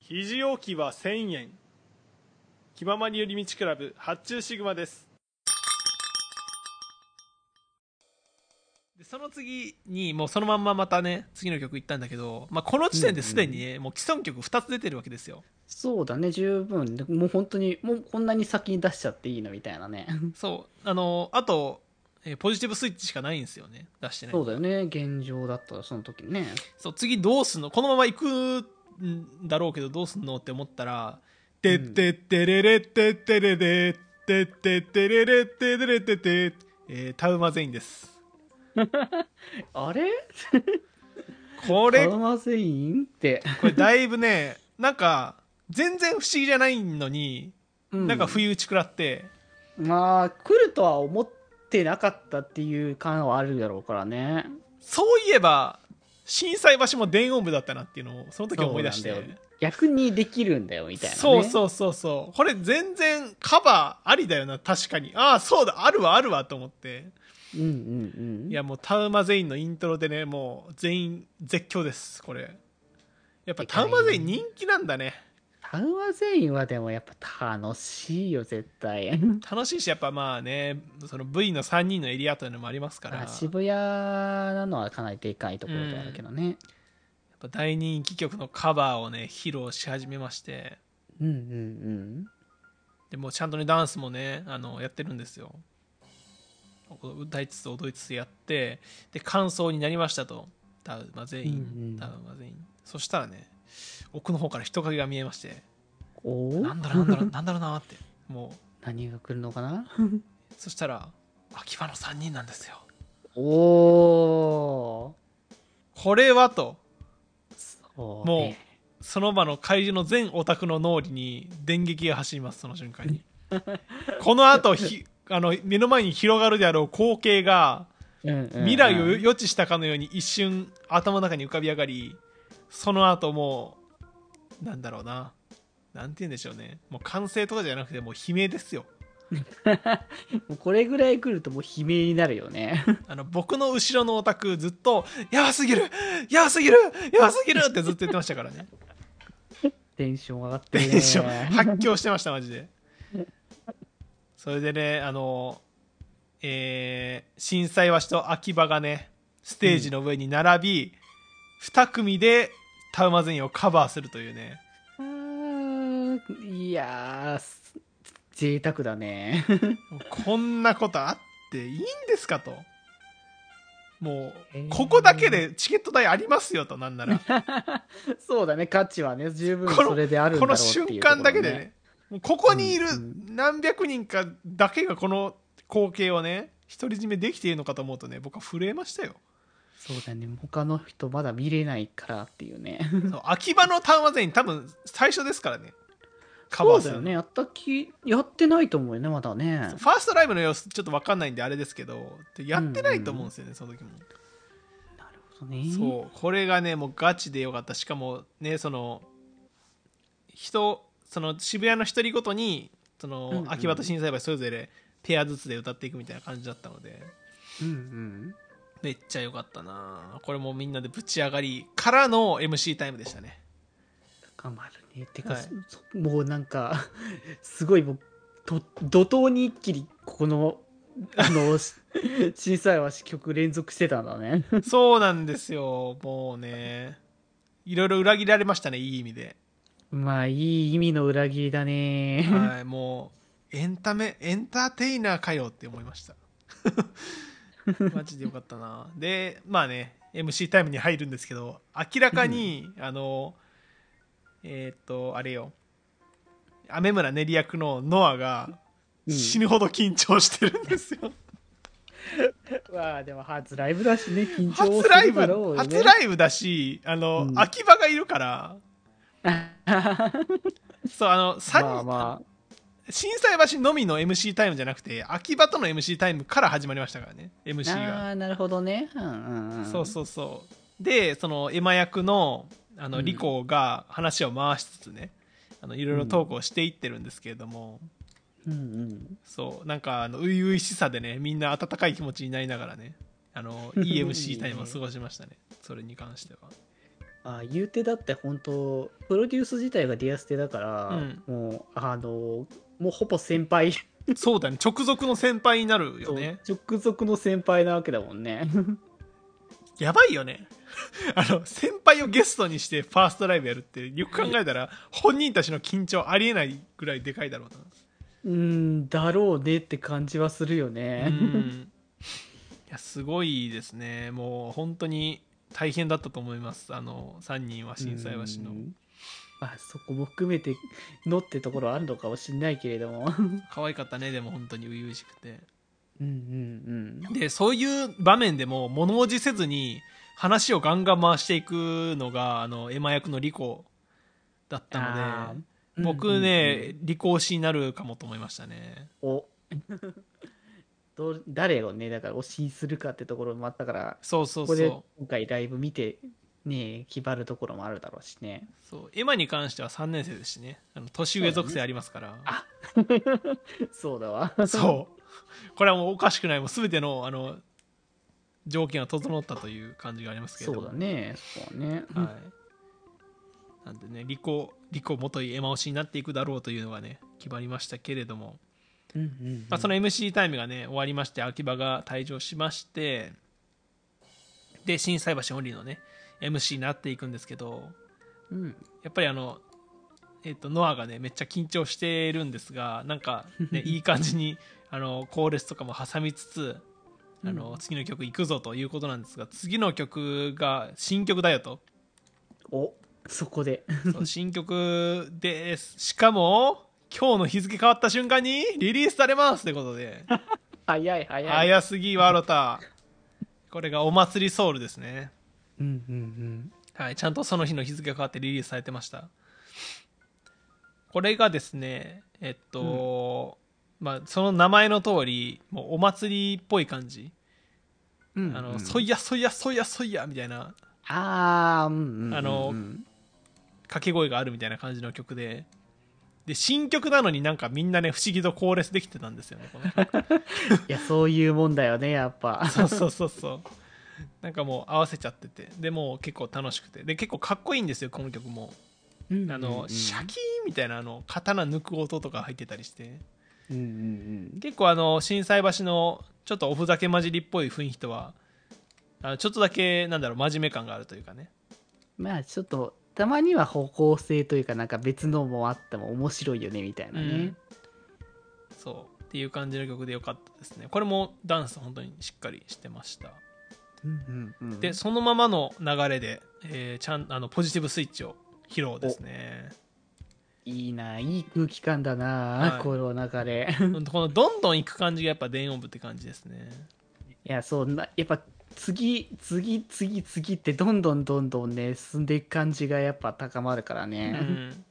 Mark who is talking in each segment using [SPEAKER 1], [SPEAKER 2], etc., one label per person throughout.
[SPEAKER 1] 肘置きは1000円気ままに寄り道クラブ発注シグマです
[SPEAKER 2] でその次にもうそのまんままたね次の曲行ったんだけど、まあ、この時点ですでにね、もう既存曲2つ出てるわけですよ
[SPEAKER 3] そうだね、十分。でもう本当に、もうこんなに先に出しちゃっていいのみたいなね。
[SPEAKER 2] そうあのあと、えーポジティブスイッチしかないんですよね出してね
[SPEAKER 3] そうだよね、現状だったらその時ね。
[SPEAKER 2] そう次どうすんのこのまま行くんだろうけどどうすんのって思ったら「てってってれれってってれれってってってれれってれれってって」えータウマゼインです
[SPEAKER 3] あれ
[SPEAKER 2] こ
[SPEAKER 3] これ
[SPEAKER 2] れ
[SPEAKER 3] カマゼインって。
[SPEAKER 2] これだいぶねなんか全然不思議じゃないのになんか
[SPEAKER 3] ふ、
[SPEAKER 2] 不意打ち食らって、
[SPEAKER 3] まあ、来るとは思ってなかったっていう感はあるだろうからね。
[SPEAKER 2] そういえば震災橋も電音部だったなっていうのをその時思い出して
[SPEAKER 3] そうなんだよ逆にできるんだよ、みたいな、ね。
[SPEAKER 2] そうそうそうそうこれ全然カバーありだよな確かにああそうだあるわあるわと思って
[SPEAKER 3] う。うんうんうん。
[SPEAKER 2] いやもうタウマゼインのイントロでねもう全員絶叫ですこれやっぱタウマゼイン人気なんだね
[SPEAKER 3] タウマゼインはでもやっぱ楽しいよ、絶対。
[SPEAKER 2] 楽しいしやっぱまあねその V の3人のエリアというのもありますからや
[SPEAKER 3] あ
[SPEAKER 2] っ
[SPEAKER 3] 渋谷なのはかなりでかいところではあるけどね。
[SPEAKER 2] ぱ大人気曲のカバーをね披露し始めまして
[SPEAKER 3] うんうん
[SPEAKER 2] でもうちゃんとねダンスもねあのやってるんですよ歌いつつ踊りつつやってで感想になりましたとタウマゼイ
[SPEAKER 3] うんう
[SPEAKER 2] ン
[SPEAKER 3] ん
[SPEAKER 2] タウマゼインそしたらね奥の方から人影が見えまして
[SPEAKER 3] うん。おお
[SPEAKER 2] なんだろうなんだろうなんだろうなってもう
[SPEAKER 3] 何が来るのかな
[SPEAKER 2] そしたら秋葉の3人なんですよ
[SPEAKER 3] おお
[SPEAKER 2] これはと
[SPEAKER 3] も
[SPEAKER 2] もうその場の怪獣の全オタクの脳裏に電撃が走りますその瞬間 にこの後ひあの目の前に広がるであろう光景が
[SPEAKER 3] うんうんうん
[SPEAKER 2] 未来を予知したかのように一瞬頭の中に浮かび上がりその後もうなんだろうななんて言うんでしょうねもう完成とかじゃなくてもう悲鳴ですよ
[SPEAKER 3] もうこれぐらい来るともう悲鳴になるよね
[SPEAKER 2] あの僕の後ろのオタクずっと「やばすぎるやばすぎるやばすぎる!」ってずっと言ってましたからね
[SPEAKER 3] テンション上がってるね
[SPEAKER 2] でしょ発狂してましたマジ でそれでねあのえー、震災橋と秋葉がねステージの上に並び、2組でタウマゼインをカバーするというね
[SPEAKER 3] あーいやーす贅沢だね
[SPEAKER 2] こんなことあっていいんですかと。も
[SPEAKER 3] えー
[SPEAKER 2] う、ここだけでチケット代ありますよと、なんなら。
[SPEAKER 3] そうだね価値はね十分
[SPEAKER 2] この
[SPEAKER 3] それであるんだ
[SPEAKER 2] こ
[SPEAKER 3] ろう
[SPEAKER 2] の
[SPEAKER 3] っていう
[SPEAKER 2] 瞬
[SPEAKER 3] ところ
[SPEAKER 2] 間だけでね。もうここにいる
[SPEAKER 3] うん
[SPEAKER 2] 何百人かだけがこの光景をね、独り占めできているのかと思うとね、僕は震えましたよ。
[SPEAKER 3] そうだね他の人まだ見れないからっていうね
[SPEAKER 2] そう秋葉のタウマゼイン、多分最初ですからね。カ
[SPEAKER 3] そ
[SPEAKER 2] バー
[SPEAKER 3] う
[SPEAKER 2] す
[SPEAKER 3] だ
[SPEAKER 2] る
[SPEAKER 3] よ
[SPEAKER 2] の
[SPEAKER 3] ねやったきやってないと思うよねまだね
[SPEAKER 2] ファーストライブの様子ちょっと分かんないんであれですけどやってないと思うんですよね、その時も
[SPEAKER 3] なるほどね
[SPEAKER 2] そうこれがねもうガチでよかったしかもねその人その渋谷の一人ごとにその、
[SPEAKER 3] うんうん
[SPEAKER 2] 秋葉と心斎橋それぞれペアずつで歌っていくみたいな感じだったので
[SPEAKER 3] うんうん
[SPEAKER 2] めっちゃ良かったなこれもみんなでぶち上がりからの MC タイムでしたね
[SPEAKER 3] 頑張るねてか、
[SPEAKER 2] はい
[SPEAKER 3] そそもうなんか すごいもうと怒涛に一気にこ このあのし小さいわし曲連続してたんだね
[SPEAKER 2] そうなんですよもうねいろいろ裏切られましたねいい意味で、
[SPEAKER 3] まあいい意味の裏切りだね、
[SPEAKER 2] はい、もうエンタメエンターテイナーかよって思いました マジでよかったなでまあね MC タイムに入るんですけど明らかに、あのえーっとあれよ雨村練り役のノアが
[SPEAKER 3] うん
[SPEAKER 2] 死ぬほど緊張してるんですよ、
[SPEAKER 3] まあでも初ライブだしね緊張
[SPEAKER 2] 初ライ
[SPEAKER 3] する
[SPEAKER 2] ブ、
[SPEAKER 3] だろうよね
[SPEAKER 2] 初ライブだしあの、
[SPEAKER 3] うん
[SPEAKER 2] 秋葉がいるから そうあの三人
[SPEAKER 3] まあまあ
[SPEAKER 2] 心斎橋のみの MC タイムじゃなくて秋葉との MC タイムから始まりましたからね MC が
[SPEAKER 3] あーなるほどねうんうんうん
[SPEAKER 2] そうそうそうでそのエマ役のあ
[SPEAKER 3] う
[SPEAKER 2] の
[SPEAKER 3] ん
[SPEAKER 2] リコが話を回しつつね、あのいろいろトークをしていってるんですけれども、
[SPEAKER 3] うんうん
[SPEAKER 2] そうなんかあの初々しさでねみんな温かい気持ちになりながらねあの EMC タイムを過ごしましたねそれに関しては
[SPEAKER 3] あ言うてだって本当プロデュース自体がディアステだから、
[SPEAKER 2] うん
[SPEAKER 3] もうあのもうほぼ先輩
[SPEAKER 2] そうだね直属の先輩になるよね
[SPEAKER 3] 直属の先輩なわけだもんね
[SPEAKER 2] やばいよね あの先輩をゲストにしてファーストライブやるってよく考えたら本人たちの緊張ありえないぐらいでかいだろうな
[SPEAKER 3] うんだろうねって感じはするよね、
[SPEAKER 2] う んいやすごいですねもう本当に大変だったと思いますあの3人は心斎橋の
[SPEAKER 3] うんまあそこも含めてのってところはあるのかもしれないけれども うん
[SPEAKER 2] 可愛かったねでも本当に初々しくて
[SPEAKER 3] うんうん
[SPEAKER 2] でそういう場面でも物おじせずに話をガンガン回していくのがあのエマ役のリコだった
[SPEAKER 3] あ
[SPEAKER 2] の
[SPEAKER 3] ー
[SPEAKER 2] で
[SPEAKER 3] うん
[SPEAKER 2] 僕ね、リコ推しになるかもと思いましたね
[SPEAKER 3] うんうんお どう誰をねだから推しにするかってところもあったから
[SPEAKER 2] そうそう
[SPEAKER 3] こ
[SPEAKER 2] そ
[SPEAKER 3] こ
[SPEAKER 2] う
[SPEAKER 3] で今回ライブ見てね決まるところもあるだろうしね
[SPEAKER 2] そうエマに関しては3年生ですしねあの年上属性ありますから
[SPEAKER 3] あそうだわ
[SPEAKER 2] そう。 これはもうおかしくない。もう全ての、あの、条件が整ったという感じがありますけれ
[SPEAKER 3] そ
[SPEAKER 2] ど
[SPEAKER 3] う
[SPEAKER 2] も。
[SPEAKER 3] だねそこはね、
[SPEAKER 2] はい。なんでね、リコ、リコ元いエマ推しになっていくだろうというのがね、決まりましたけれども、
[SPEAKER 3] うんうんうん
[SPEAKER 2] まあ、その MC タイムがね、終わりまして、秋葉が退場しまして、で、心斎橋オンリーのね、MC になっていくんですけど、
[SPEAKER 3] うん
[SPEAKER 2] やっぱりあの、えっとノアがねめっちゃ緊張してるんですがなんか、ね、 いい感じにあのコーレスとかも挟みつつあの、次の曲行くぞということなんですが次の曲が新曲だよと
[SPEAKER 3] おそこで
[SPEAKER 2] そう新曲ですしかも今日の日付変わった瞬間にリリースされますということで
[SPEAKER 3] 早い早い
[SPEAKER 2] 早すぎわろたこれがお祭りソウルですね
[SPEAKER 3] うんうん
[SPEAKER 2] はい、ちゃんとその日の日付が変わってリリースされてました。これがですね、えっと、まあ、その名前の通り、もうお祭りっぽい感じ。
[SPEAKER 3] うんうん
[SPEAKER 2] あの、
[SPEAKER 3] うん
[SPEAKER 2] そいやそいやそいやそいやみたいな
[SPEAKER 3] ああうんうんうんうん
[SPEAKER 2] あの掛け声があるみたいな感じの曲で、で、新曲なのになんかみんなね、不思議とコーレスできてたんですよね、この 曲。
[SPEAKER 3] いやそういうもんだよねやっぱ
[SPEAKER 2] そうそうそうそう。なんかもう合わせちゃってて、でもう結構楽しくて、で、結構かっこいいんですよ、この曲も。あ
[SPEAKER 3] あ
[SPEAKER 2] の、シャキーンみたいなあの刀抜く音とか入ってたりして
[SPEAKER 3] うんうんうん
[SPEAKER 2] 結構あの心斎橋のちょっとおふざけ混じりっぽい雰囲気とはあのちょっとだけなんだろう真面目感があるというかね
[SPEAKER 3] まあちょっとたまには方向性というかなんか別のもあっても面白いよねみたいなね、
[SPEAKER 2] うんそうっていう感じの曲でよかったですねこれもダンス本当にしっかりしてました
[SPEAKER 3] うんうんうん
[SPEAKER 2] でそのままの流れで、えーちゃんあのポジティブスイッチを披露ですね
[SPEAKER 3] いいないい空気感だな、
[SPEAKER 2] はい
[SPEAKER 3] この流れ
[SPEAKER 2] うん このどんどん行く感じがやっぱ電音部って感じですね
[SPEAKER 3] いやそうなやっぱ次次次次ってどんどんどんどんね進んでいく感じがやっぱ高まるから
[SPEAKER 2] う
[SPEAKER 3] ね、
[SPEAKER 2] ん、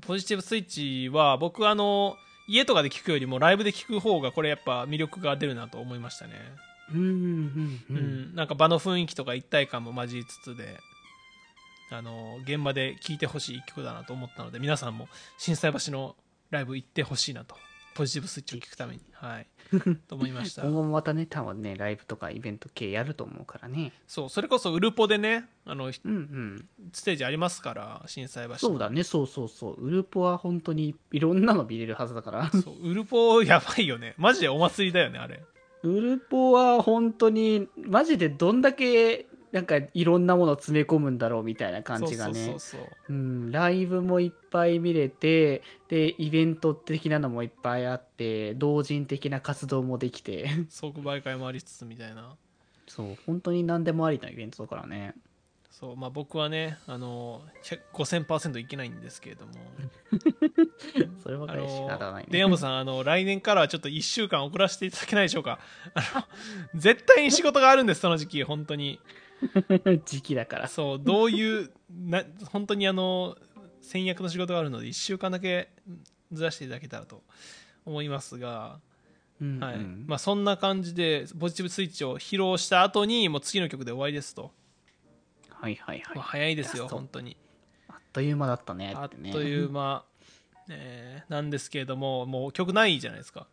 [SPEAKER 2] ポジティブスイッチは僕あの家とかで聞くよりもライブで聞く方がこれやっぱ魅力が出るなと思いましたね、
[SPEAKER 3] うん、うんう
[SPEAKER 2] うん
[SPEAKER 3] んうん
[SPEAKER 2] なんか場の雰囲気とか一体感も交えつつであの現場で聴いてほしい一曲だなと思ったので皆さんも心斎橋のライブ行ってほしいなとポジティブスイッチを聞くためにはい と思いました
[SPEAKER 3] 今後もまたね多分ねライブとかイベント系やると思うからね
[SPEAKER 2] そうそれこそウルポでねあの
[SPEAKER 3] うんうん
[SPEAKER 2] ステージありますから心斎橋の
[SPEAKER 3] そうだねそうそうそうウルポは本当にいろんなの見れるはず だから
[SPEAKER 2] そうウルポやばいよねマジでお祭りだよねあれ
[SPEAKER 3] ウルポは本当にマジでどんだけなんかいろんなものを詰め込むんだろうみたいな感じが
[SPEAKER 2] そ
[SPEAKER 3] ね
[SPEAKER 2] うそうそうそう
[SPEAKER 3] うんライブもいっぱい見れてでイベント的なのもいっぱいあって同人的な活動もで きて
[SPEAKER 2] 即売会もありつつみたいな
[SPEAKER 3] そう本当に何でもありなイベントだか らね
[SPEAKER 2] そうまあ僕はねあの100 5000%いけないんですけれども
[SPEAKER 3] それば
[SPEAKER 2] あ
[SPEAKER 3] かり仕方ない
[SPEAKER 2] の
[SPEAKER 3] ね
[SPEAKER 2] デヤムさんあの来年からはちょっと1週間遅らせていただけないでしょうかあの絶対に仕事があるんですその時期本当に
[SPEAKER 3] 時期だから
[SPEAKER 2] そうどういうな本当にあの戦略の仕事があるので1週間だけずらしていただけたらと思いますが
[SPEAKER 3] うん
[SPEAKER 2] はい
[SPEAKER 3] うん
[SPEAKER 2] まあ、そんな感じでポジティブスイッチを披露した後にもう次の曲で終わりですと、
[SPEAKER 3] はいはいはい
[SPEAKER 2] まあ、早いですよ
[SPEAKER 3] ラスト
[SPEAKER 2] 本当に
[SPEAKER 3] あっという間だったね
[SPEAKER 2] あって
[SPEAKER 3] ね
[SPEAKER 2] という間、えーなんですけれどももう曲ないじゃないですか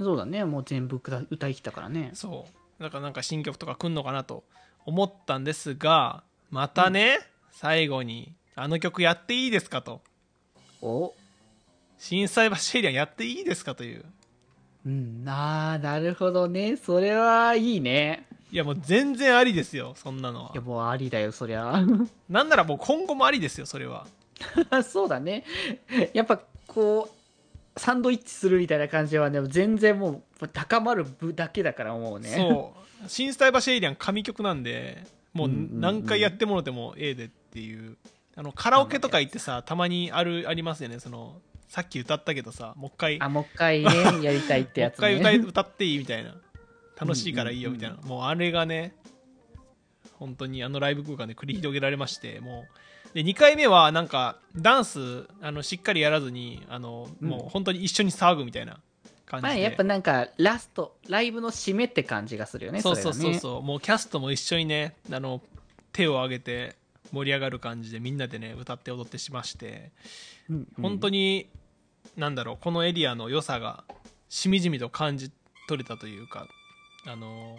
[SPEAKER 3] そうだねもう全部歌歌いきたからね
[SPEAKER 2] そうだからなんか新曲とか来んのかなと思ったんですがまたね、最後に、あの曲やっていいですかと。
[SPEAKER 3] お
[SPEAKER 2] 震災橋エリアやっていいですかという。
[SPEAKER 3] うん、なあ、なるほどね。それはいいね。
[SPEAKER 2] いやもう全然ありですよ、そんなのはい
[SPEAKER 3] や、。もうありだよ、そりゃ。
[SPEAKER 2] なんならもう今後もありですよ、それは。
[SPEAKER 3] そうだね。やっぱ、こう、サンドイッチするみたいな感じはね、全然もう、高まる部だけだから、もうね。
[SPEAKER 2] そう。新スタイバシエイリアン神曲なんで、もう
[SPEAKER 3] うんうんうん
[SPEAKER 2] 何回やってもろてもええでっていう。あの、カラオケとか行ってさ、たまにある、ありますよね。その、さっき歌ったけどさ、もう一回、も
[SPEAKER 3] あ、もう一回ね、やりたいって
[SPEAKER 2] う
[SPEAKER 3] や
[SPEAKER 2] 一
[SPEAKER 3] つ、ね。
[SPEAKER 2] 回歌い歌っていいみ たいな。楽しいからいいよみたいな
[SPEAKER 3] う。
[SPEAKER 2] もうあれがね、本当にあのライブ空間で繰り広げられまして、もう。で、2回目はなんか、ダンス、あの、しっかりやらずに、あの、
[SPEAKER 3] うん
[SPEAKER 2] もう本当に一緒に騒ぐみたいな感じ
[SPEAKER 3] まあ、
[SPEAKER 2] で。
[SPEAKER 3] やっぱなんか、ラスト、ライブの締めって感じがするよね、
[SPEAKER 2] そう
[SPEAKER 3] れ
[SPEAKER 2] そ
[SPEAKER 3] は
[SPEAKER 2] うそう
[SPEAKER 3] ね
[SPEAKER 2] そう、もうキャストも一緒にねあの手を挙げて盛り上がる感じでみんなでね歌って踊ってしまして
[SPEAKER 3] うんうん
[SPEAKER 2] 本当に、なんだろうこのエリアの良さがしみじみと感じ取れたというかあの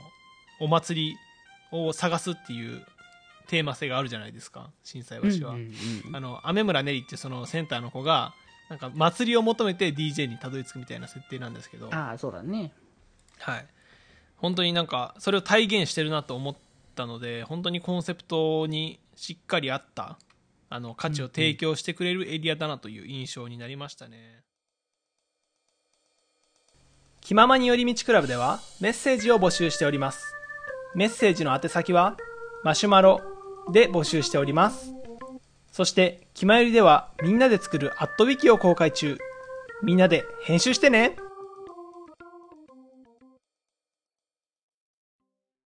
[SPEAKER 2] お祭りを探すっていうテーマ性があるじゃないですか心斎橋は、
[SPEAKER 3] うんうんうん
[SPEAKER 2] あの雨村ねりってそのセンターの子がなんか祭りを求めて DJ にたどり着くみたいな設定なんですけど
[SPEAKER 3] ああ、そうだね。
[SPEAKER 2] はい、本当になんかそれを体現してるなと思ったので本当にコンセプトにしっかり合ったあの価値を提供してくれるエリアだなという印象になりましたね。気ままに寄り道クラブではメッセージを募集しております。メッセージの宛先はマシュマロで募集しております。そして、気まよりではみんなで作るアットウィキを公開中。みんなで編集してね